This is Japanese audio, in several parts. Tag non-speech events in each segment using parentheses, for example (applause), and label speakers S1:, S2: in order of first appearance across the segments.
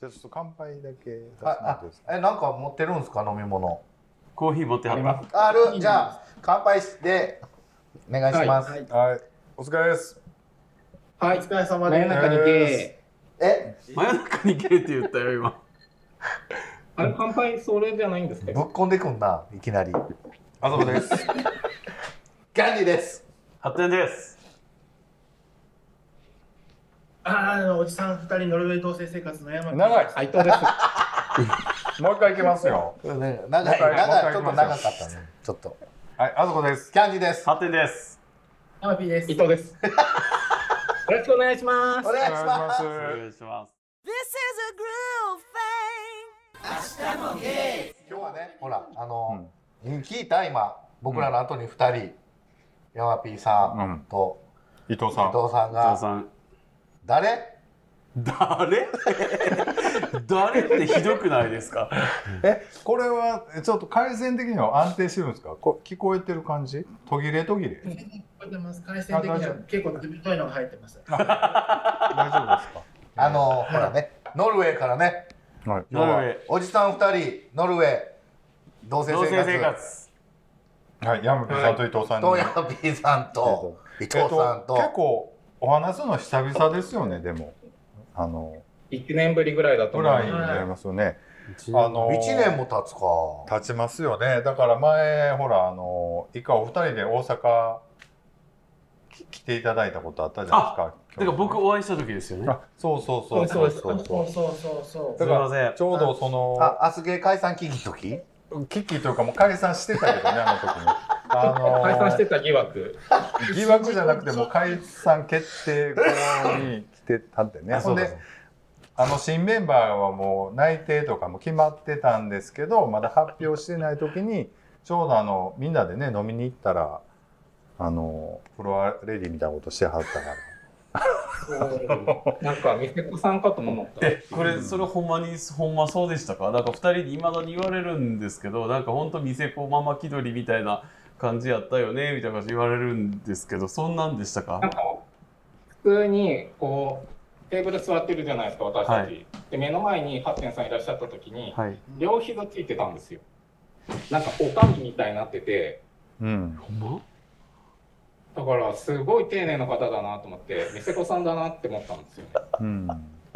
S1: じゃあちょっと乾杯だけ出してもらっ
S2: あ
S1: ていいですか
S2: あえなんか持ってるんですか飲み物
S3: コーヒー持っては
S4: あ
S3: っ
S4: り
S3: た
S4: ま
S2: あるじゃあ乾杯してお願いします、
S5: はい、
S1: はいお疲れです
S4: はい、
S5: お疲れ様
S4: 真
S5: で
S4: 夜
S5: す。
S4: 中にて、
S2: え
S3: 真夜中に行けって言ったよ今
S4: あれ乾杯それじゃないんです
S2: ぶ
S4: け
S2: っ
S4: ど、
S2: こんでくんないきなり
S1: あそこ
S2: (laughs)
S1: です
S2: ガンディです
S3: 発展です
S5: あーあのおじさん二人ノルウェー同棲生活の山
S1: 長い
S4: 斉藤です。
S1: もう一回いきますよ
S2: 長
S1: も
S2: い
S1: う
S2: 長
S1: 一
S2: い
S1: 回
S2: 長いちょ
S1: も
S2: っ
S1: う
S2: と
S1: 一回
S2: 長かったねちょっと
S1: はいあそこです
S2: キャンディです
S3: 発展です
S5: 山 P です
S4: 伊。藤です。よろしくお願いします
S2: お。願いしま
S1: お
S2: す
S3: お
S1: 願いし
S3: 願いします
S6: This is a groove thing.
S2: 今日はねほらあの、聞いた今僕らの後に二人、ヤマピーさ
S1: うんん
S2: と
S1: 伊藤
S2: 伊
S1: さん
S2: 藤さん
S3: 伊
S2: が
S3: 藤さん
S2: 誰
S3: 誰 (laughs) 誰ってひどくないですか
S1: えこれはえちょっと回線的には安定してるんですかこ聞こえてる感じ途切れ途切れ
S5: 覚えてます。回線的には結構太いのが入ってます。
S1: (laughs) 大丈夫ですか
S2: あのほらねノルウェーからね
S1: はい
S3: ノルウェー
S2: おじさん二人ノルウェー同棲
S3: 同
S2: 生
S3: 棲
S2: 活
S3: 生活
S1: はい、ヤムピーさんと伊藤さんに、
S2: とヤマピーさんと伊藤
S1: えっ
S2: さん
S1: と
S2: と、
S1: 結構お話すの久々ですよねでもあの
S4: 一年ぶりぐらいだと
S1: ぐ
S4: 思い
S1: らい
S4: ま
S1: に
S4: す。
S1: なりますよね、
S3: 一
S1: あの
S2: 一年も経つか
S1: 経ちますよねだから前ほらあの以下お二人で大阪き来ていただいたことあったじゃないですか
S3: だから僕
S1: 去
S3: お会いした時ですよね
S1: 年あそうそうそう
S4: そうです
S2: そう
S5: そう
S2: そ
S5: そうそうそう
S3: す
S1: だ
S3: い
S1: から
S3: ません
S1: うちょうどその
S2: うあアスゲー解散危機の時
S1: 危機というかもう解散してたけどねあの時にあの
S4: 解散してた疑惑。
S1: 疑惑じゃなくてもう解散決定後に来てたんでね
S3: あ
S1: ほ
S3: そ
S1: ん
S3: うだ
S1: であの新メンバーはもう内定とかも決まってたんですけどまだ発表してない時にちょうどあのみんなでね飲みに行ったらあのフロアレディみたいなことしてはったから
S4: なんか店子さんかとも思った。
S3: えこれそれほんまにほんまそうでしたかなんか2人にいまだに言われるんですけどなんかほんと店子ママ気取りみたいな感じやったよねみたいな感じ言われるんですけどそんなんでしたか
S4: なんか (laughs) 普通にこうテーブル座ってるじゃないですか私たち、
S3: は
S4: で目の前にハッテンさんいらっしゃった時に、
S3: はい
S4: 両膝ついてたんですよなんかおかみみたいになってて
S1: うん
S3: ほんま
S4: だからすごい丁寧な方だなと思って店子さんだなって思ったんですよね
S1: うん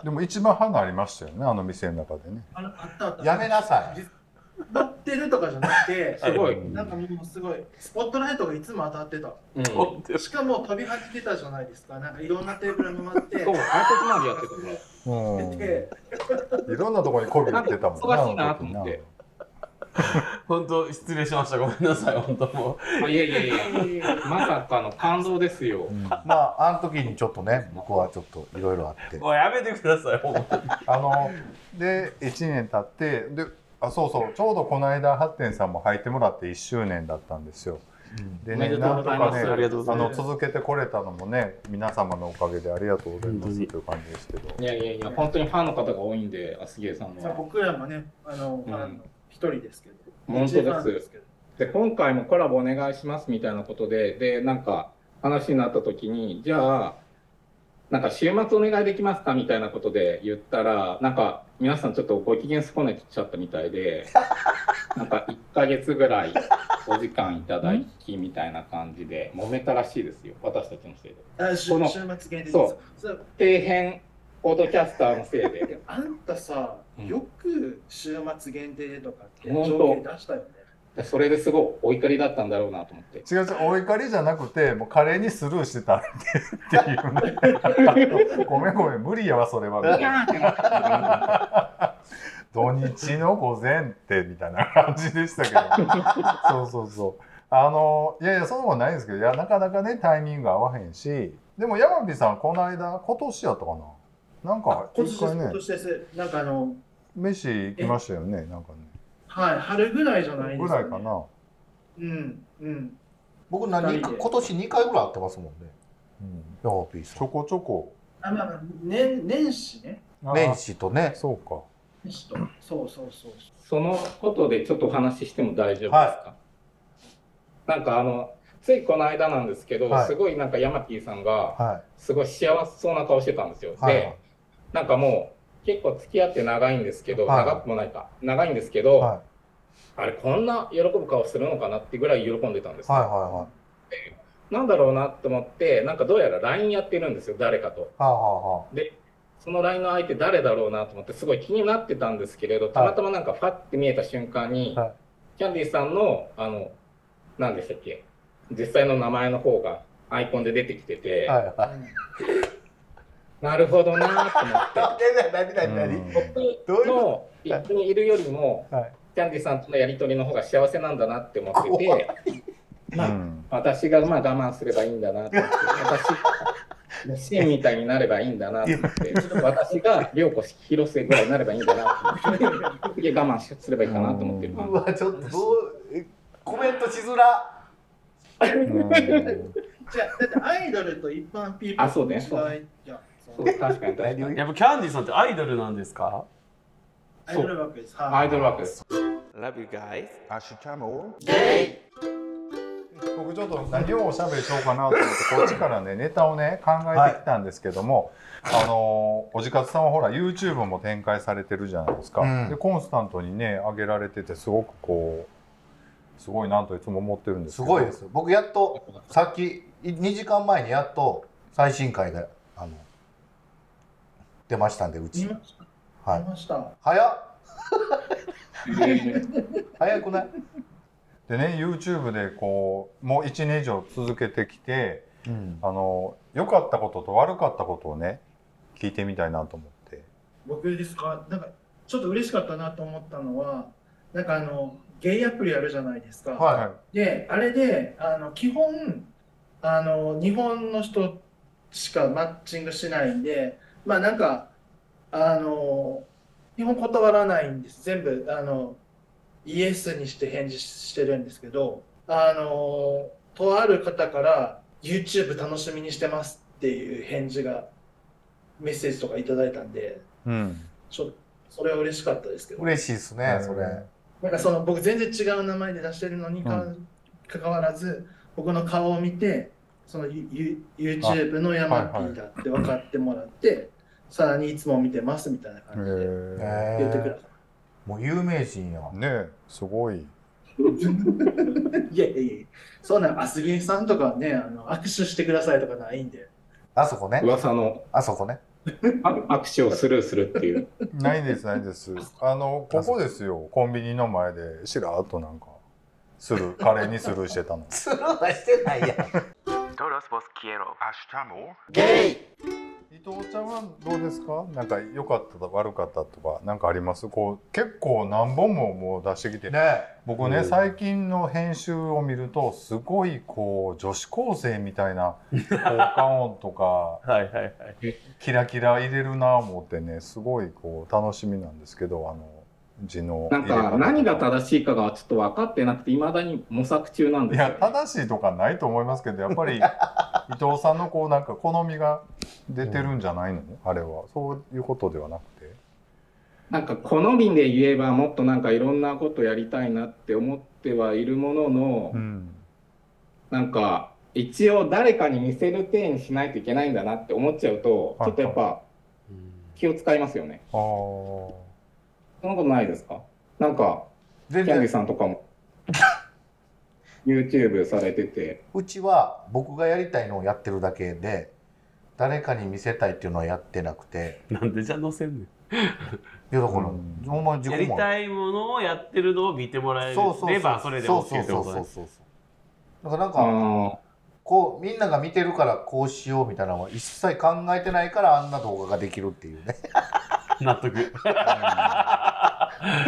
S1: でも一番花ありましたよねあの店の中でね
S5: あのあったあった。
S2: やめなさい
S5: 乗ってるとかじゃなくて、
S4: すごい、
S1: はい
S5: なんかもうすごいスポットライトがいつも当たってた。
S4: うん、そう
S3: おで
S5: しかも飛び始めたじゃないですか。なんかいろんなテーブル回って。
S4: 解説までやってたから
S1: うん
S5: で
S1: いろんなところに媚び売ってたもんね
S4: 忙しいなと思って
S3: 本当失礼しましたごめんなさい本当も
S4: あいやいやいやまさかの感動ですよ、
S1: うん
S2: まああの時にちょっとね僕はちょっといろいろあって
S3: うもうやめてくださいほんま
S1: あので1年経ってであそうそうちょうどこの間ハッテンさんも履いてもらって1周年だったんですよ。で
S4: おめでとう
S1: なん
S4: ご
S1: と
S4: ざい
S1: か
S4: ます、
S1: ね
S3: りがとうござ
S1: あ
S3: い
S1: の
S3: ます
S1: 続けてこれたのもね皆様のおかげでありがとうございま
S3: 本当
S1: す
S3: に
S1: という感じですけど
S4: いやいやいや本当にファンの方が多いんであすげえさん
S5: さあ
S4: は
S5: 僕らもね、あの、
S4: うん
S5: あの一人ですけど。
S4: 本当
S5: 一番
S4: です
S5: けど。
S4: で今回もコラボお願いしますみたいなことででなんか話になった時にじゃあなんか週末お願いできますかみたいなことで言ったらなんか皆さんちょっとご機嫌損ねきちゃったみたい (laughs) でなんか1ヶ月ぐらいお時間いただきみたいな感じで揉めたらしいですよ私たちのせいで
S5: あ、週
S4: この
S5: 週末限定です。
S4: そう
S5: そう。
S4: 底辺ポッドキャスターのせいで
S5: あんたさ、
S4: うん
S5: よく週末限定とかって
S4: 本当
S5: 条件出したよね。
S4: でそれですごいお怒りだったんだろうなと思って
S1: 違う違うお怒りじゃなくてもう華麗にスルーしてたってっていうね (laughs) ごめんごめん無理やわそれはみたいな土日の午前ってみたいな感じでしたけどそうそうそうあのいやいやそんなことないんですけどいやなかなかねタイミング合わへんしでも山火さんこの間今年やったかななんか
S5: 今年
S1: 一
S5: で
S1: 回
S5: す、今
S1: ね
S5: 年です。なんかあの、
S1: 飯行きましたよねなんかね
S5: はい、春ぐらいじゃないです
S1: ぐらいか。な、
S5: うん、うん。
S2: 僕何か今年2回ぐらい会ってますもんね
S1: うん、
S2: ヤマピー
S1: ち
S2: さ
S1: ょ
S2: ん
S1: こちょこ
S5: あ、まあまあ、年、年始ね。
S1: あー
S2: 年始とね
S1: そうか
S5: 年始と。そうそうそうそう。
S4: そのことでちょっとお話ししても大丈夫ですか、
S2: は
S4: なんかあのついこの間なんですけど、
S2: はい
S4: すごいなんかヤマピーさんが
S2: は
S4: すごい幸せそうな顔してたんですよ、
S2: いはい
S4: でなんかもう結構付き合って長いんですけど、
S2: はい
S4: 長くもないか、長いんですけど、
S2: は
S4: あれ、こんな喜ぶ顔するのかなってぐらい喜んでたんです
S2: いは
S4: よ、
S2: いは
S4: なんだろうなと思って、なんかどうやら LINE やってるんですよ、誰かと。
S2: い。はあは
S4: その LINE の相手誰だろうなと思って、すごい気になってたんですけれど、たまたまなんかファって見えた瞬間に、
S2: はい
S4: キャンディーさんの、あの、何でしたっけ、実際の名前の方がアイコンで出てきてて、
S2: あはあ。はいはい。
S4: なるほどなと思って。
S2: え、なになにな
S1: う
S2: に
S1: ん
S2: どう
S4: 僕
S2: いう
S4: の一緒にいるよりも、
S2: はい
S4: キャンディさんとのやり取りの方が幸せなんだなって思って
S2: 怖
S4: て、まあ
S1: うん
S4: 私がまあ我慢すればいいんだなと思って、私、シンみたいになればいいんだなと思って、私が涼子広瀬ぐらいになればいいんだなと思って、いや我慢すればいいかなと思ってる。
S2: うわ、ちょっとどう、えコメントしづら。
S1: うん
S5: じゃあだってアイドルと一般ピーポ
S4: あそうね
S5: ーの違いいやそ
S4: そうう確かに確かに。
S3: やっぱキャンディーさんってアイドルなんですか
S5: アイドル枠ですはい
S4: アイドルワークです。
S3: ?Love you guys.
S1: 僕ちょっと何をおしゃべりしようかなと思ってこっちからねネタをね考えてきたんですけども、あのおじかつさんはほら YouTube も展開されてるじゃないですか、
S2: うん
S1: でコンスタントにね上げられててすごくこうすごいなといつも思ってるんです
S2: す
S1: けど
S2: ごいですよ。僕やっと、さっき、い2時間前にやっと、最新回で、あの、出ましたんで、う
S5: 見
S2: ち。
S5: まし
S2: は
S5: た見
S2: い。
S5: ました
S2: 早っ早くない
S1: でね YouTube でこうもう1年以上続けてきて
S2: うん。
S1: あの良かったことと悪かったことをね聞いてみたいなと思って
S5: 僕ですかなんかちょっと嬉しかったなと思ったのはなんかあのゲイアプリあるじゃないですか、
S2: は
S5: であれであの基本あの日本の人しかマッチングしないんでまあなんかあの基本断らないんです全部あのイエスにして返事してるんですけどあのとある方から「YouTube 楽しみにしてます」っていう返事がメッセージとかいただいたんで
S1: うん
S5: ちょそれは嬉しかったですけ
S2: い。
S5: ど
S2: 嬉しいですね、それ。
S5: なんかその僕全然違う名前で出してるのにか,、かわらず僕の顔を見てそのゆゆ YouTube のヤマピーだって分かってもらって、さらにいつも見てますみたいな
S1: へ
S5: 感じで
S1: え
S5: 言ってくれ
S2: もう有名人や。
S1: ねえすごい
S5: た、い (laughs) やいやいやそんなアスゲンさんとかねあの握手してくださいとかないんで
S2: あそこね。
S4: 噂の
S2: あそこね。
S4: あ握手をスルーするっていう。
S1: ないですないです。あのここですよコンビニの前でしらっとなんかするカレーにスルーして
S3: (laughs)
S1: たの。
S2: スルーはしてないやん。 (laughs)
S1: 伊藤ちゃんはどうですか？なんか良かったとか悪かったとかなんかあります？こう結構何本ももう出してきて、
S2: ねえ。
S1: 僕
S3: う
S1: ね
S3: ん
S1: 最近の編集を見るとすごいこう女子高生みたいな効果音とか
S3: はいはいはい。
S1: キラキラ入れるなぁ思ってねすごいこう楽しみなんですけどあの字の
S4: なんか何が
S1: 正しい
S4: 正しいかがちょっと分かってなくて、いまだに模索中なんで
S1: い
S4: すよ、
S1: や正しいとかないと思いますけどやっぱり伊藤さんのこうなんか好みが出てるんじゃないの、あれはそういうことではなくて
S4: なんか好みで言えばもっとなんかいろんなことやりたいなって思ってはいるものの、
S1: うん
S4: なんか一応誰かに見せる体にしないといけないんだなって思っちゃうと、
S1: はい
S4: ちょっとやっぱ気を使いますよね。
S1: ああ
S4: そんなことないですかなんか、キ
S2: 全
S4: ャンディ
S2: 然。
S4: さんとかも YouTube されてて、
S2: うちは僕がやりたいのをやってるだけで、誰かに見せたいっていうのはやってなくて。
S3: なんでじゃ載せんね
S2: いやだから、
S1: うん
S2: ほんまに自
S3: ん。や
S2: 己
S3: り
S2: も。
S3: たいものをやってるのを見てもらえ
S2: そうそうそう。
S3: ればそれで OK
S2: そう
S3: って
S2: そう
S3: こ
S2: そ
S3: と
S2: う
S3: ね。
S2: そうそう。だからなん
S4: あ
S2: か、こうみんなが見てるからこうしようみたいなのは一切考えてないからあんな動画ができるっていうね。
S3: 納得。
S4: ーい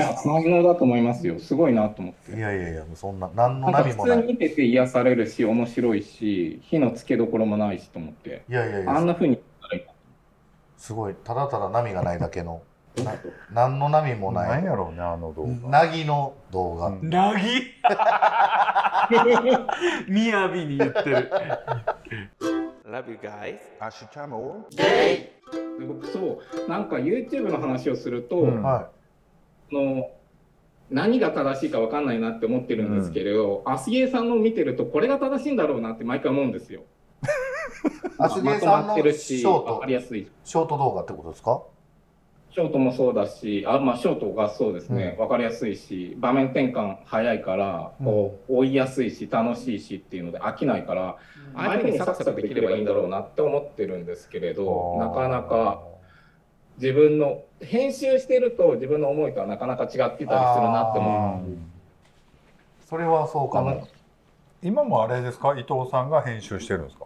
S4: や才能だと思いますよ。すごいなと思って。
S2: いやいやいや、もうそんな、何の
S4: なんか
S2: 波も
S4: 普通
S2: な
S4: に
S2: い。
S4: 見てて癒されるし、面白いし、火のつけどころもないしと思って、
S2: いやいやい
S4: あん
S2: や、
S4: な風に言ったらいいか
S2: すごい、ただただ波がないだけの、
S4: なと。
S2: 何の波もな
S1: 何
S2: い、
S1: やろうねあの動画、
S2: なぎの動画。
S1: うん
S3: なぎみやびに言ってる。Love you guys.
S4: で僕そうなんか YouTube の話をすると、
S1: うん
S2: は
S4: その何が正しいか分かんないなって思ってるんですけれど、アスゲーさんのを見てるとこれが正しいんだろうなって毎回思うんですよ。
S2: い。アスゲーさん
S4: まとまっ
S2: の
S4: てる
S2: シ
S4: し
S2: ョー
S4: 分
S2: ト
S4: かり、やすい
S2: ショート動画ってことですか
S4: シショートもそうだし、あ、まあ、ショートがそうですね、わ、かりやすいし、場面転換早いから、こう、追いやすいし、楽しいしっていうので飽きないから、ああいうふうにサクサクできればいいんだろうなって思ってるんですけれど、なかなか自分の、編集してると自分の思いとはなかなか違ってたりするなって
S2: あ
S4: 思う。
S2: ーそれはそうかも。
S1: 今もあれですか伊藤さんが編集してるんですか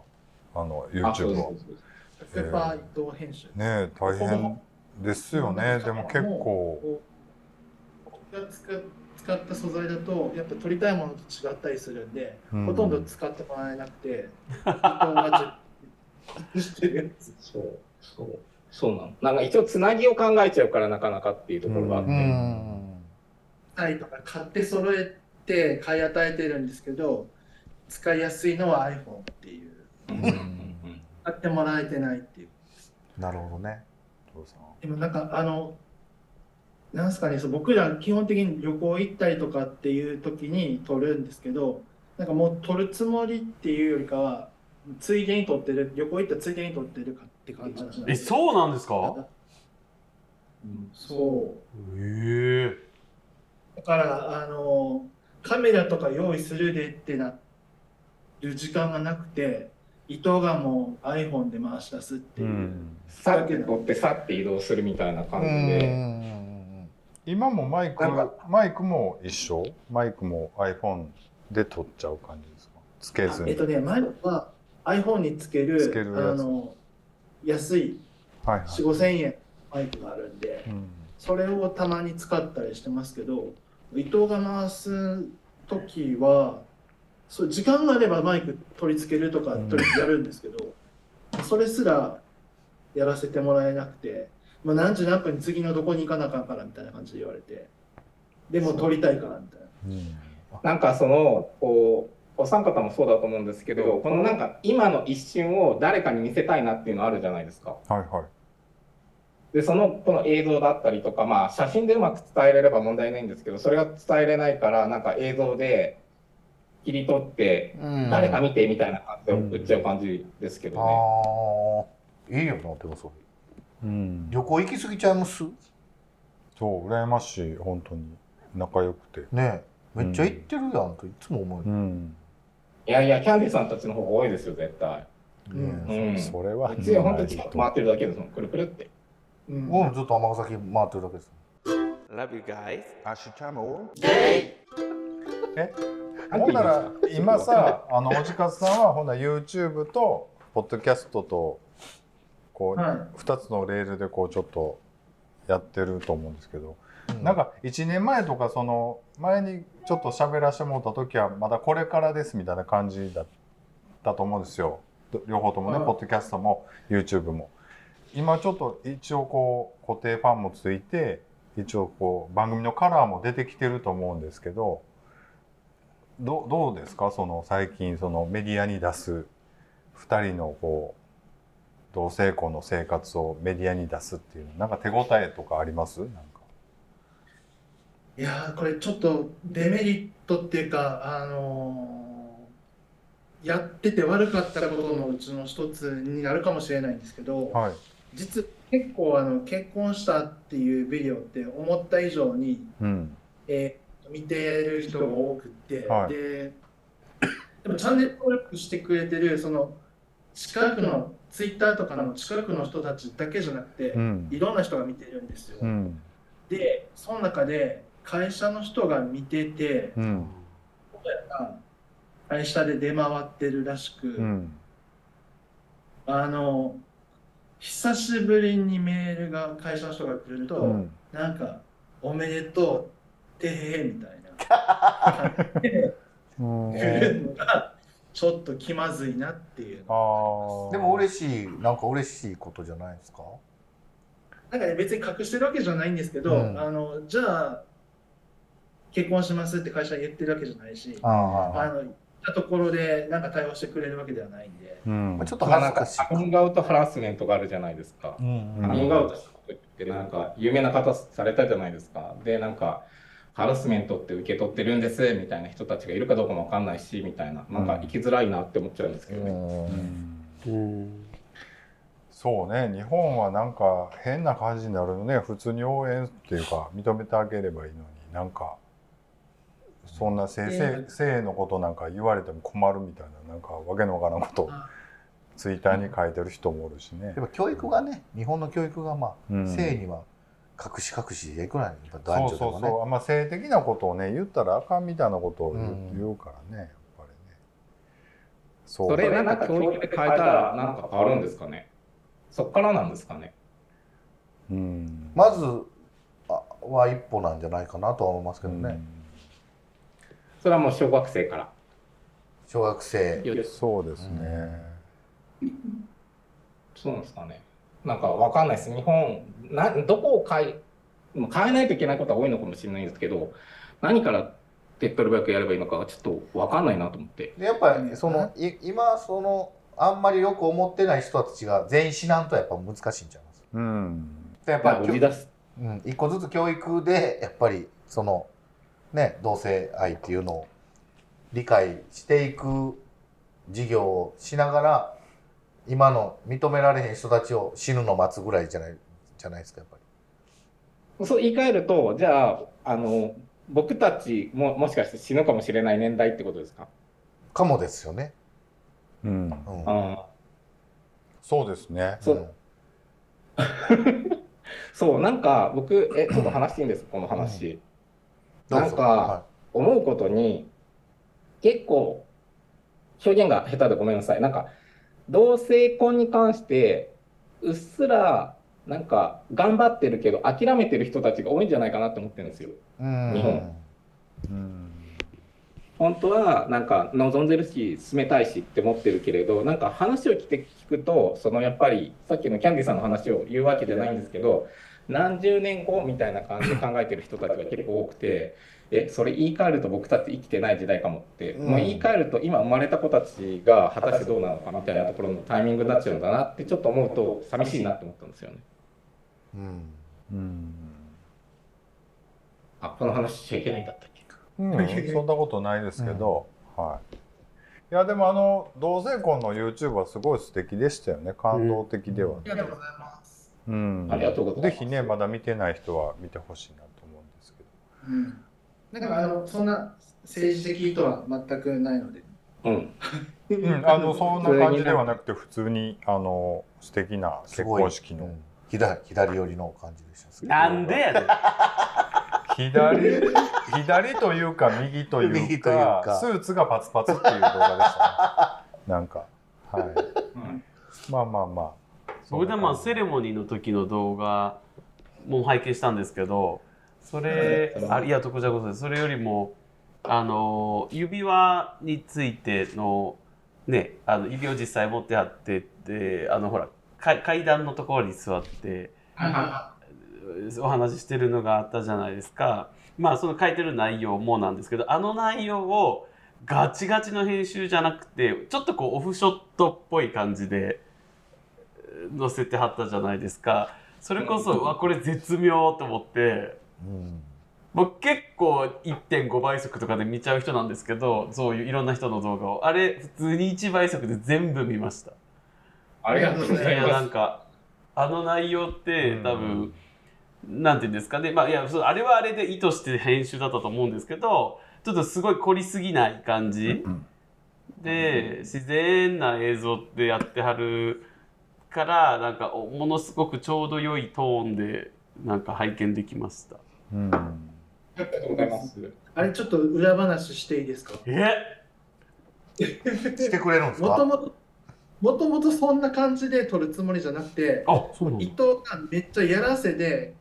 S1: あの
S4: あそう
S1: YouTube は
S4: ですそうです
S5: ペッパー移動編集
S1: ねえ大変ですよねでも結構
S5: こうが使っ使った素材だとやっぱ撮りたいものと違ったりするんで、
S1: うん
S5: ほとんど使ってもらえなくて (laughs) 伊藤がじゅしてるやつ
S4: そう、そう、そうなの。なんか一応つなぎを考えちゃうからなかなかっていうところがあって。
S2: うん。
S5: はいとか買って揃えて買い与えてるんですけど使いやすいのは iPhone っていう買ってもらえてないっていう
S1: なるほどね伊藤さん
S5: でもなんかあのなんすかねそう僕ら基本的に旅行行ったりとかっていう時に撮るんですけどなんかもう撮るつもりっていうよりかはついでに撮ってる旅行行ったついでに撮ってるかって感じなん
S3: え、
S5: う
S3: そうなんですか
S5: そ
S3: へえ。
S5: うだからあのカメラとか用意するでってなる時間がなくて伊藤がもう iPhone で回し出すっていう、
S4: さって取ってさって移動するみたいな感じ
S1: う
S4: で。
S1: ん今もマイク
S4: なん
S1: マイクも一緒マイクも iPhone で撮っちゃう感じですかつけず
S5: あえっ
S1: に
S5: とね前は iPhone につける
S1: つけるやつ
S5: あの安い
S1: はいはい
S5: 4 5千円マイクがあるんで
S1: うん
S5: それをたまに使ったりしてますけど伊藤が回す時はそう時間があればマイク取り付けるとか
S1: うん
S5: 取りやるんですけど、それすらやらせてもらえなくて、まあ、何時何分に次のどこに行かなあかんからみたいな感じで言われてでも撮りたいからみたいな。
S1: うん
S4: なんかその、こう、お三方もそうだと思うんですけど、このなんか今の一瞬を誰かに見せたいなっていうのあるじゃないですか。
S1: はいはい
S4: で、その、この映像だったりとか、まあ写真でうまく伝えれれば問題ないんですけど、それが伝えれないから、なんか映像で切り取って、誰か見てみたいな感じで送っちゃう感じですけど
S2: あ
S4: ね。
S2: あ、いいよな、でもそれ。
S1: うん
S2: 旅行行き過ぎちゃいます
S1: そう羨ましい本当に仲良くて
S2: ねえめっちゃ行ってるやんといつも思う
S1: う
S2: よ。
S1: ん
S4: いやいや、キャンディさんたちの方が多いですよ、絶対。
S5: うん
S1: ね
S4: うん
S1: それは
S4: うちは本当に近く回ってるだけですもん、くるくるって。
S5: うん
S2: 僕もずっと尼崎回ってるだけです。
S7: Love you guys.
S1: ほんなら今さあのおじかつさんはほんなら YouTube とポッドキャストとこう
S5: は
S1: 2つのレールでこうちょっとやってると思うんですけど、
S2: う
S1: なんか1年前とかその前にちょっと喋らせてもらった時はまだこれからですみたいな感じだったと思うんですよ両方ともね、
S5: はい
S1: ポッドキャストも YouTube も今ちょっと一応こう固定ファンもついて一応こう番組のカラーも出てきてると思うんですけどどうどうですかその最近そのメディアに出す2人のこう同性婚の生活をメディアに出すっていうのなんか手応えとかありますなんか
S5: いやーこれちょっとデメリットっていうか、あのーやってて悪かったことのうちの一つになるかもしれないんですけど、
S1: はい
S5: 実結構あの結婚したっていうビデオって思った以上に、
S1: うん
S5: えー見てる人が多くって、
S1: はい
S5: ででもチャンネル登録してくれてるその近くのツイッターとかの近くの人たちだけじゃなくて、
S1: うん
S5: いろんな人が見てるんですよ。
S1: うん
S5: でその中で会社の人が見てて
S1: うん
S5: 会社で出回ってるらしく、
S1: うん
S5: あの久しぶりにメールが会社の人が来ると、
S1: うん
S5: なんか「おめでとう」てへへみたい
S1: (laughs)
S5: な感じで
S1: うん
S5: 来るのがちょっと気まずいなっていう
S1: あー
S2: でも嬉しい、なんか嬉しいことじゃないですか
S5: なんかね別に隠してるわけじゃないんですけど、
S2: うん
S5: あのじゃあ結婚しますって会社に言ってるわけじゃないし。あ
S2: あ
S5: の行ったところでなんか対応してくれるわけではないんで、
S1: うん
S2: あ。ちょっと恥ずかしい
S4: カ。ミングアウトハラスメントがあるじゃないですか。
S2: うん
S4: カ
S1: ん
S4: ミングアウトしたことって、なんか有名な方されたじゃないですか。で、なんか、ハラスメントって受け取ってるんですみたいな人たちがいるかどうかもわかんないし、みたいな、なんか生きづらいなって思っちゃうんですけどね。
S1: うんそうね日本はなんか変な感じになるよね普通に応援っていうか認めてあげればいいのになんかそんな性性性のことなんか言われても困るみたいななんかわけのわからんことを
S5: あ
S1: ツイッターに書いてる人もおるしね
S2: や。っぱ教育がね日本の教育がま
S1: う
S2: あ
S1: ん
S2: 性には隠し隠しでいくないやっぱ
S1: そ
S2: 男
S1: うそう
S2: 女で
S1: そう
S2: も
S1: あんま性的なことをね言ったらあかんみたいなことを言う,、
S2: うん
S1: 言うからねやっぱりねそう
S4: それなんか教育で変えたらなんか変わるんですかねそっからなんですかね
S1: うん
S2: まずあは一歩なんじゃないかなとは思いますけどね、
S4: それはもう小学生から
S2: 小学生
S1: うんそうですね、
S4: そうなんですかねなんかわかんないです日本などこを変えまあ変えないといけないことは多いのかもしれないんですけど何から手っ取り早くやればいいのかはちょっとわかんないなと思って
S2: でやっぱりその、い今そのあんまりよく思ってない人たちが全員死なんとやっぱ難しいんちゃいます
S1: うん
S2: でやっぱ
S4: まあ
S2: り
S4: 売り出す
S2: うん、一個ずつ教育でやっぱりそのね同性愛っていうのを理解していく事業をしながら今の認められへん人たちを死ぬの待つぐらいじゃないじゃないですかやっぱ
S4: そう言い換えるとじゃああの僕たちももしかして死ぬかもしれない年代ってことですか、
S2: りかもですよね、
S1: うん、
S2: うん
S4: うん
S1: そうですね
S4: そう
S2: うん
S4: そう、なんか僕、え、ちょっと話していいんですか、この話。
S2: どう
S4: なん
S2: ぞ
S4: か
S2: は
S4: 思うことに、結構、表現が下手でごめんなさい。なんか、同性婚に関して、うっすら、なんか、頑張ってるけど、諦めてる人たちが多いんじゃないかなって思ってるんですよ。
S2: いうん
S4: 日本
S1: うん
S4: 本当はなんか望んでるし進めたいしって思ってるけれどなんか話を聞いて聞くとそのやっぱりさっきのキャンディさんの話を言うわけじゃないんですけど何十年後みたいな感じで考えてる人たちが結構多くてえそれ言い換えると僕たち生きてない時代かもって、
S2: うん
S4: もう言い換えると今生まれた子たちが果たしてどうなのかみたいなところのタイミングになっちゃうんだなってちょっと思うと寂しいなって思ったんですよね。
S2: うん
S1: うん、
S4: あこの話しちゃいけないんだったっけ
S1: うん、そんなことないですけど、はいいやでもあの同性婚の YouTube はすごい素敵でしたよね感動的では、
S5: りがとうございます。
S1: うん
S4: ありがとうございます
S1: ぜひねまだ見てない人は見てほしいなと思うんですけど
S5: うん、なんかあのそんな政治的とは全くないので。
S4: うん、
S1: うん、あのそんな感じではなくて普通にあの素敵な結
S2: すごい
S1: 婚式の
S2: うん左左寄りの感じでした
S3: なんでやねん
S1: 左 (laughs) 左というか右というか
S2: 右というか
S1: スーツがパツパツっていう動画でしたねなんかはいまあまあまあ
S3: 僕でもまあセレモニーの時の動画も拝見したんですけどそれあいやとこちらこそですそれよりもあの指輪についてのねあの指を実際持ってあってであのほらか階段のところに座って
S5: はいは
S3: お話ししてるのがあったじゃないですかまあその書いてる内容もなんですけどあの内容をガチガチの編集じゃなくてちょっとこうオフショットっぽい感じでえー載せてはったじゃないですかそれこそ、うわこれ絶妙と思って
S2: うん
S3: 僕結構1.5倍速とかで見ちゃう人なんですけどそういういろんな人の動画をあれ普通に1倍速で全部見ました。
S4: ありがとうござ
S3: い
S4: い
S3: や
S4: ま
S3: な
S4: す
S3: ん。かあの内容って
S1: うん
S3: 多分、なんていうんですかねまあいやそうあれはあれで意図して編集だったと思うんですけどちょっとすごい凝りすぎない感じ、
S1: うん
S3: で自然な映像ってやってはるからなんかおものすごくちょうど良いトーンでなんか拝見できました。
S1: うん
S4: ありがとうございます。
S5: い。あれちょっと裏話していいですか。
S3: え
S2: してくれるんです
S5: もと
S2: か
S5: もともともとそんな感じで撮るつもりじゃなくて、
S3: あそうな
S5: 伊
S3: の
S5: 藤がめっちゃやらせで。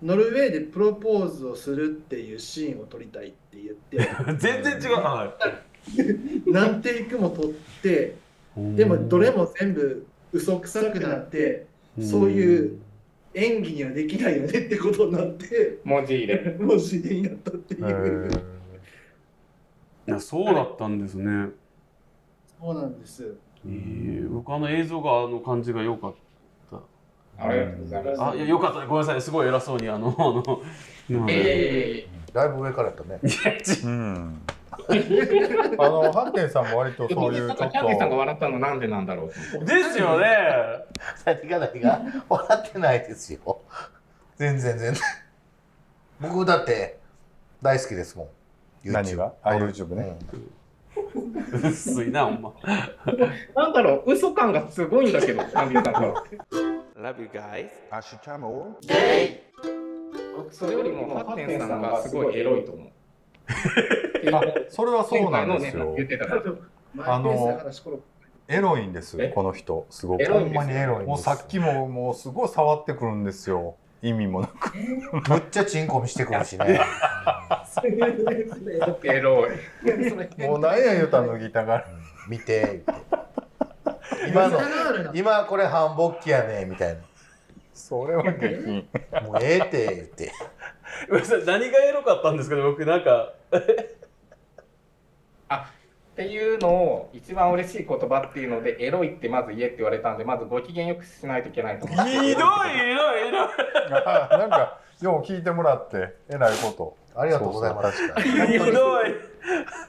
S5: ノルウェーでプロポーズをするっていうシーンを撮りたいって言って、
S3: 全然違う、は
S5: 何テイクも撮って、
S3: い
S5: でもどれも全部嘘くさくなって、そういう演技にはできないよねってことになって、
S4: 文字入れ。
S5: もう自然やったってい
S1: へ
S5: う。
S1: ー
S3: いやそうだったんですね。
S5: そうなんです。
S3: えー、僕あの映像があの感じが良かった。
S4: ありがとうございます。
S3: あ、いや、よかった、ごめんなさい、すごい偉そうに、あの、あの。なん
S4: え
S3: で
S4: え
S2: だいぶ上からやったね
S3: いやち
S1: うん (laughs) あの、ハッテンさんも割とそういうちょっ
S4: なん
S1: と
S4: か、キャンディーさんが笑ったのなんでなんだろうと思って
S3: ですよね。
S2: 何が何が笑ってないですよ全然全然僕だって大好きですもん
S1: 何があ YouTube ね。
S2: うん
S3: 薄いな、ほんま。
S4: なんだろう、嘘感がすごいんだけ
S3: (laughs)
S4: ど、キャンディーさんが。
S7: Love you guys.
S4: 僕それよりも、ハッテンさんがすごいエロいと思う。
S1: あ、それはそうなんですよ
S4: 前回のね言。ってたから
S5: マイペースな話ころ
S1: エロいんです
S4: え
S1: この人、すごく。
S4: エ
S2: ほ
S4: ロい
S2: んまにエロいんです
S1: もうさっきも、もうすごい触ってくるんですよ。意味もなく。
S2: むっちゃチンコ見してくるしね
S4: エロい。
S1: もう何や言うたら脱ぎたがる。
S2: 見てって今の今これ半勃起やねみたい
S1: それは下品。
S2: なもうええってって
S3: ごめんなさい何がエロかったんですけど、僕なんか、
S4: っていうのを、一番嬉しい言葉っていうので、エロいってまず言えって言われたんで、まずご機嫌よくしないといけないと思
S3: ひ
S4: う
S3: どい、ひどい、ひどい。
S1: あなんか、よう聞いてもらって、えらいこと。
S2: ありがとうございます確かに
S3: ひど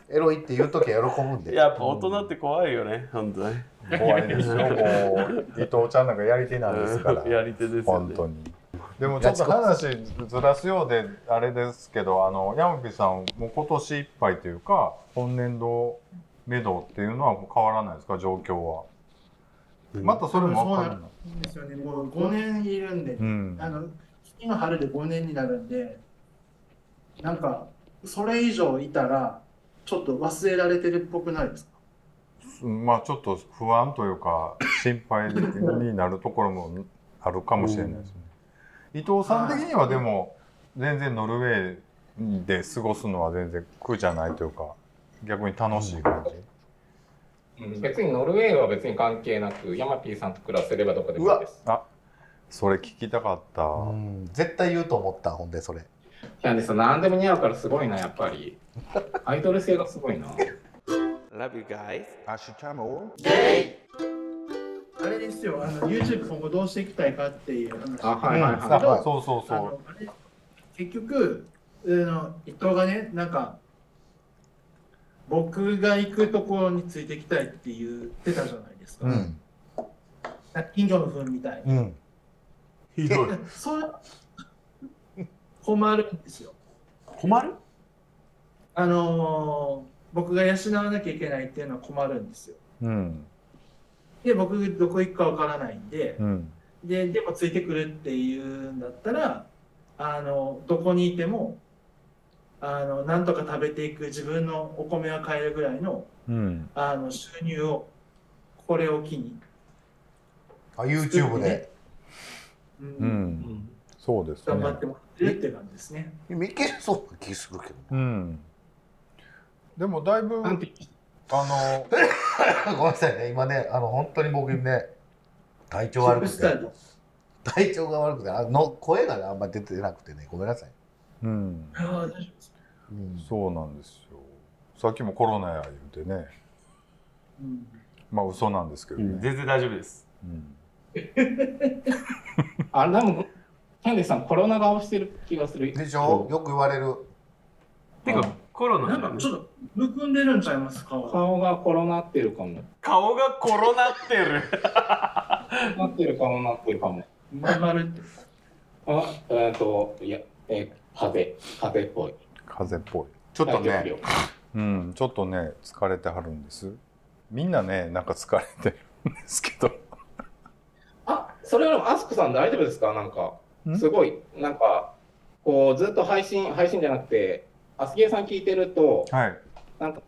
S2: エロいって言うときは喜ぶんで
S3: い。やっぱ大人って怖いよね、本当に。
S1: 怖いですよ。もう、伊藤ちゃんなんかやり手なんですから。
S3: やり手ですよ
S1: 本
S3: ね。
S1: 当に。でもちょっと話ずらすようであれですけど、あの、ヤムピさん、もう今年いっぱいというか、今年度目処っていうのはもう変わらないですか、状況は。またそれも分かんない。
S5: ですよね。もう5年いるんで
S1: う、ん。
S5: あの次の春で5年になるんで、なんかそれ以上いたらちょっと忘れられてるっぽくないですか。
S1: まあちょっと不安というか、心配になるところもあるかもしれないですね。伊藤さん的にはでも、全然ノルウェーで過ごすのは全然苦じゃないというか、逆に楽しい感じ。
S4: うん別にノルウェーは別に関係なく、ヤマピーさんと暮らせればどこ
S2: う
S4: でもい
S2: わ
S4: いです。
S1: それ聞きたかった。
S2: うん絶対言うと思ったほんでそれ
S4: キャンディーさん、何でも似合うからすごいな、やっぱり。アイドル性がすごい (laughs) な。
S7: Love you guys.
S5: あれですよ、あの YouTube 今後どうしていきたいかっていう話。
S4: あ、はいはい
S1: あ
S4: は
S2: はい
S1: そうそう
S5: あ
S1: そう
S5: のあれ結局あの伊藤がねなんか僕が行くところについてきたいって言ってたじゃないですか,、
S2: うん
S5: 金魚の糞みたいに
S2: うん
S3: ひどい。
S5: そう困るんですよ
S3: 困る
S5: あのー僕が養わなきゃいけないっていうのは困るんですよ
S1: うん
S5: で僕どこ行くかわからないんで、
S1: うん
S5: ででもついてくるっていうんだったらあのどこにいてもあのなんとか食べていく自分のお米は買えるぐらいの
S1: うん
S5: あの収入をこれを機に、
S2: あ YouTube で
S5: う
S1: うんんそうです
S5: 頑
S1: ね
S5: 張ってもらってるっていう感じですね。
S2: いけそうな気するけど
S1: うんでもだいぶ
S4: い。
S1: あ
S4: なんて
S1: の
S2: (laughs) ごめんなさいね、今ね、あの本当に僕ね、体調悪
S5: 食
S2: く
S5: し
S2: て、
S5: たり
S2: 体調が悪くて、あの声がね、あんまり出てなくてね、ごめんなさい。
S1: うん
S5: あー大丈夫です
S2: うん
S1: そうなんですよさっきもコロナや言うてね
S5: うん
S1: まあ嘘なんですけど
S3: 全
S1: ね、
S3: 然大丈夫です。
S1: うん
S4: あ、でも、キャンディーさん、コロナ顔してる気がする。
S2: でしょよく言われる。
S3: てか、コロ
S5: な
S3: ナ
S5: ん
S3: だ
S5: か
S3: ね
S5: ちょっとむくんでるんちゃいますか
S4: 顔がコロナってるかも。
S3: 顔がコロナってる。
S4: なってるかも、なってるかも。
S5: まるまるって。
S4: あ、えっ、と、いや、えー、風邪、風邪っぽい。
S1: 風邪っぽい
S2: ちょっと
S4: 大丈
S2: ね、
S4: 夫よ
S1: うんちょっとね疲れてはるんですみんなねなんか疲れてるんですけど
S4: あ、それよりも、アスクさん大丈夫ですかなんか
S1: ん、
S4: すごい、なんか、こう、ずっと配信、配信じゃなくて、アスゲーさん聞いてると、
S1: はい
S4: なんか、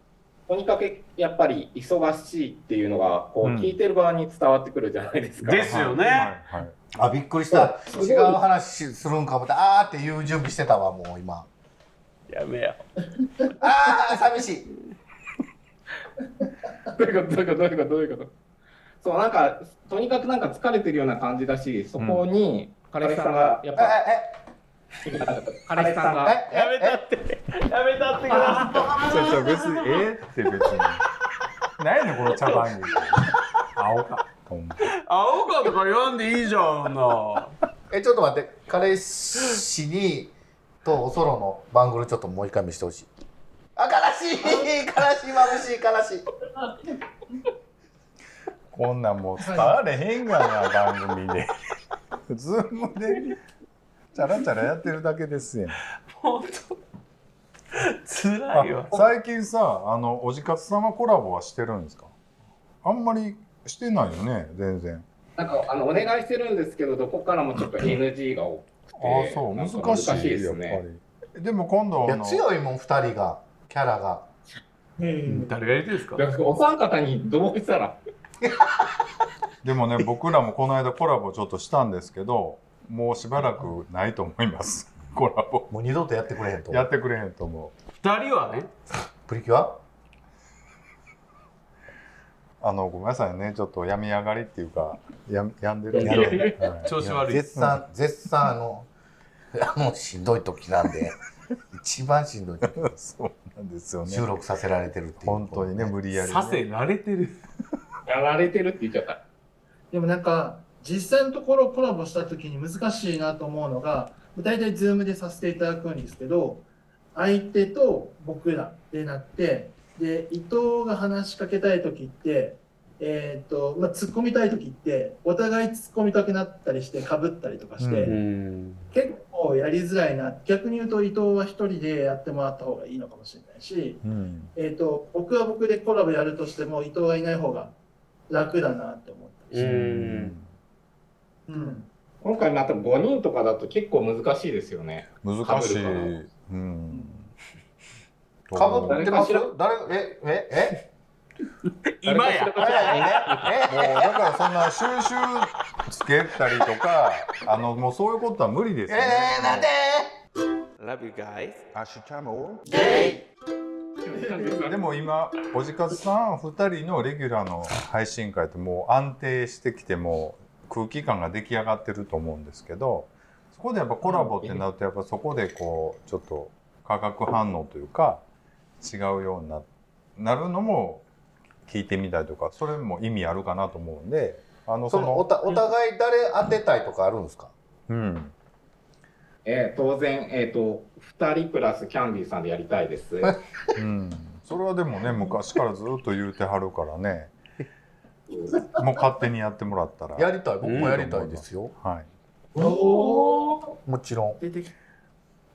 S4: とにかくやっぱり忙しいっていうのが、こ
S1: う
S4: う、
S1: ん
S4: 聞いてる側に伝わってくるじゃないですか。
S3: ですよね
S1: はいはい
S2: あ、びっくりした。
S4: ごい
S2: 違う話するんか思って、あーっていう準備してたわ、もう今。
S3: やめよ。
S2: あー、寂しい。
S4: どういうこと、どういうこと、どういうこと、どういうこと。そう、なんか、とにかくなんか疲れてるような感じだし、そこに、彼氏さんが、やっ
S2: え、え
S4: ぱ、、
S2: え、
S4: 彼氏さんが、
S2: え、
S3: やめ
S2: え、
S3: たって。やめたってくださ
S1: ちょちょ別にえーって別に何やねんこの茶番に青かと思って
S3: い。青かとか言わんでいいじゃん、そんな。
S2: え、え、ちょっと待って、彼氏に、とおそろのバングルちょっともう一回見してほしい。あ悲しい悲しい眩しい悲しい
S1: こんなんもう伝われへんがな、番組で。ズームで、チャラチャラやってるだけですやん。
S3: 本当辛いわ
S1: あ最近さ、あの、おじかつ様コラボはしてるんですかあんまりしてないよね、全然。
S4: なんかあのお願いしてるんですけど、どこからもちょっと NG が多くて、
S1: ああ、そう、
S4: な
S1: 難
S4: ん
S1: し
S4: か
S1: い、
S4: です
S1: やっ
S4: ね。
S1: ぱり。でも今度
S2: い
S1: あ
S2: や
S1: の、
S2: 強いもん2人がキャラが
S5: うん
S3: 誰が言ってるんですか
S4: だからお三方にどうしたら、
S1: でもね、僕らもこの間コラボちょっとしたんですけど、もうしばらくないと思い
S2: (laughs)
S1: ます。コラボ。
S2: もう二度とやってくれへんと
S1: やってくれへんと思う。
S3: 二人はね
S2: プリキュア
S1: あの、ごめんなさいね、ちょっと病み上がりっていうか、ややんでるんで
S2: 病み
S4: 上
S1: はい
S3: 調子悪い
S2: 絶賛絶賛あの (laughs) あのしんどい時なんで一番しんどい時
S1: (laughs) そうなんですよね
S2: 収。録させられてるっていう
S1: 本当にね、無理やりね、
S3: させられてる
S4: やられてるって言っちゃった。
S5: でもなんか、実際のところコラボした時に難しいなと思うのが、大体ズームでさせていただくんですけど、相手と僕らでなって、で、伊藤が話しかけたい時って、えっ、と、まあ、突っ込みたい時って、お互い突っ込みたくなったりして、被ったりとかして、
S1: うん
S5: 結構やりづらいな。逆に言うと伊藤は一人でやってもらった方がいいのかもしれないし、
S1: うん。
S5: えっ、と、僕は僕でコラボやるとしても、伊藤がいない方が楽だなって思ったり
S1: う
S5: して。
S1: ん。
S5: うん
S4: 今回また5人とかだと結構難しいですよね。
S1: 難し
S4: 被るか
S1: い。うん。
S2: かぶっ
S1: も
S2: てます誰がえええ
S3: 今や
S4: 誰かしら
S2: 早いね
S1: うだからそんな収集つけたりとか、あのもうそういうことは無理で
S2: え
S1: すよね。
S2: えー、なんで
S7: Love you guys.
S1: アシュチャモで
S4: でも
S1: も今おじかずさん2人のレギュラーの配信会ってもう安定してきてもう空気感が出来上がってると思うんですけどそこでやっぱコラボってなるとやっぱそこでこうちょっと化学反応というか違うようにななるのも聞いてみたいとかそれも意味あるかなと思うんであの
S2: そ
S1: そ
S2: のお
S1: の
S2: たお互い誰当てたいとかあるんですか
S1: うん
S4: えー当然、えっ、と、2人プラスキャンディーさんでやりたいです。
S1: うんそれはでもね昔からずっと言うてはるからねもう勝手にやってもらったら
S2: やりたい僕もやりたいですよ、
S1: はい。
S2: もちろん
S5: 出てき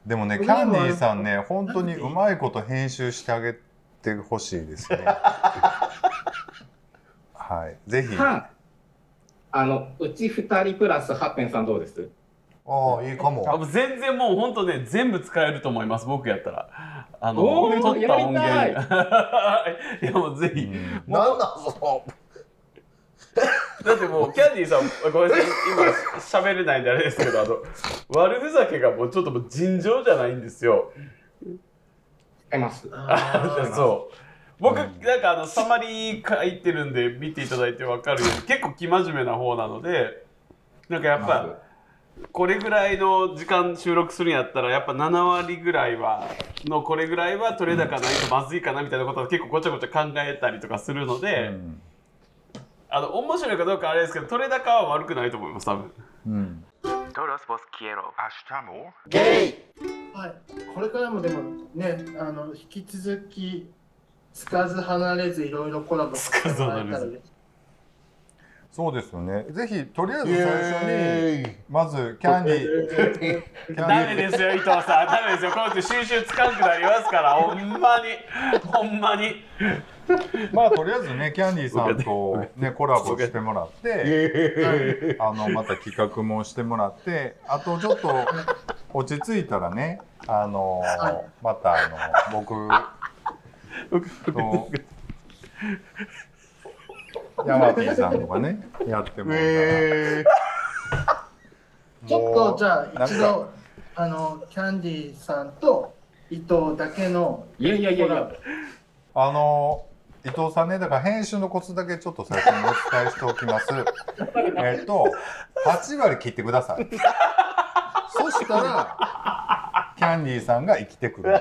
S1: でもね、
S5: う
S1: キ
S5: ん
S1: ャンディーさんね、本当にうまいこと編集してあげてほしいですね。はい、ぜひ。
S4: はあの、うち2人プラスハッペンさんどうです
S2: ああいいかも
S3: あもう全然もう本当ね全部使えると思います僕やったらあ
S4: お
S3: の
S4: ー
S3: 撮った
S4: や
S3: 音
S4: り
S3: 源
S4: たい
S3: (laughs) いやもうぜ
S1: う
S3: ひ
S1: ん
S2: なんなんその
S3: だってもうキャンディーさんごめんなさい今しゃべれないんであれですけどあの悪ふざけがもうちょっともう尋常じゃないんですよ
S4: います。
S5: あ
S3: そう
S1: う
S3: 僕、
S1: ん
S3: なんかあのサマリー書いてるんで見ていただいて分かる (laughs) ように結構生真面目な方なのでなんかやっぱこれぐらいの時間収録するんやったらやっぱ7割ぐらいはのこれぐらいは取れ高ないとまずいかなみたいなことは結構ごちゃごちゃ考えたりとかするの
S1: う
S3: で、
S1: ん
S3: あの面白いかどうかあれですけど取れ高は悪くないと思います多分。
S1: うん。
S7: Todos vos quiero.
S5: はい、これからもでもねあの引き続きつかず離れずいろいろコラボ
S3: つかず離れず
S5: させてもらえたら嬉しい
S1: そうですよね。ぜひ、とりあえ
S2: イ
S1: ず最初に、
S2: エーイ
S1: まずキャンディー、キャンデ
S3: ダメ
S1: ィー、
S3: ですよ伊藤さんダメですよこの人収集つかんくなりますからほんまにほんまに
S1: まあとりあえずね、キャンディーさんとね、コラボしてもらって、あの、また企画もしてもらって、あとちょっと落ち着いたらね、あの、またあの、僕、と、ヤマピーさんとかね、やってもらったら
S2: え
S5: ちょっとじゃあ
S1: なん
S5: 一
S1: か
S5: 度あのキャンディーさんと伊藤だけの
S4: いやいやいや
S5: コ
S4: い
S5: ラ
S4: や
S5: ボ。
S1: あの、伊藤さんね、だから編集のコツだけちょっと最初にお伝えしておき
S5: (laughs)
S1: ます。えっと、8割切ってください。そした (laughs) ら、キャンディーさんが生きてくる。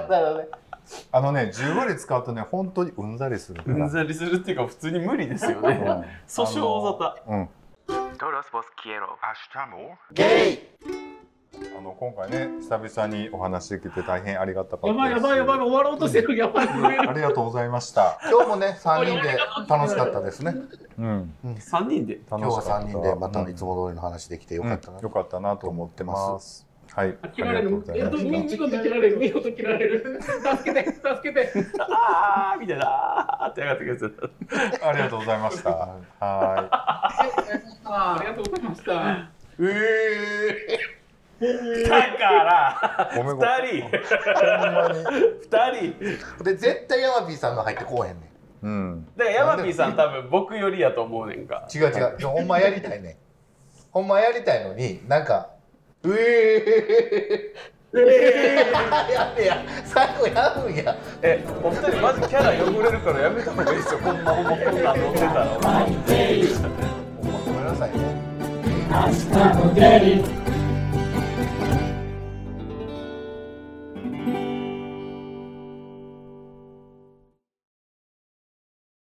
S1: あのね、10割使うとね、本当にうんざりするか
S3: う
S1: ら。
S3: んざりするっていうか普通に無理ですよね
S1: うん
S3: 訴訟沙汰
S1: うん。
S7: Todos vos quiero.
S1: あの今回ね久々にお話できて大変ありがたかった
S5: や
S1: です
S5: ばいやばいやばい終わろうとしてるやばい増える
S1: ありがとうございました
S2: 今日もね3人で楽しかったですね
S1: うん
S3: 3人で
S1: 今
S2: 今日は3人でまたいつも通りの話できてよ
S1: よ
S2: か
S1: かっな、
S2: ったたな、
S1: うん、よかったなと思ってますはいあり
S4: 切ら
S1: が
S4: れ
S1: とう
S4: る
S1: ござい
S4: やっ
S1: ま
S4: と
S1: した
S4: 見事切られる見事切られる (laughs) 助けて助けて
S3: ああみたいなあーって上がってくるやつ
S1: ありがとうございました。は
S4: ありがとうございました
S3: えー、だから
S1: い。ごめんごめん。
S3: 2人
S1: ほんまに。
S3: 2人
S2: で絶対ヤマピーさんが入ってこうへんねん
S1: うん。
S3: だからヤマピーさん多分僕よりやと思うねんか
S2: 違う違うほんまやりたいねんほんまやりたいのになんか「うえー」 (laughs) えー、やべや最後やるんや
S3: えお二人マジキャラ汚れるからやめた方がいいですよこんなほんまこんなん乗ってたら
S2: ほんまごめんなさいね
S8: 明日も出る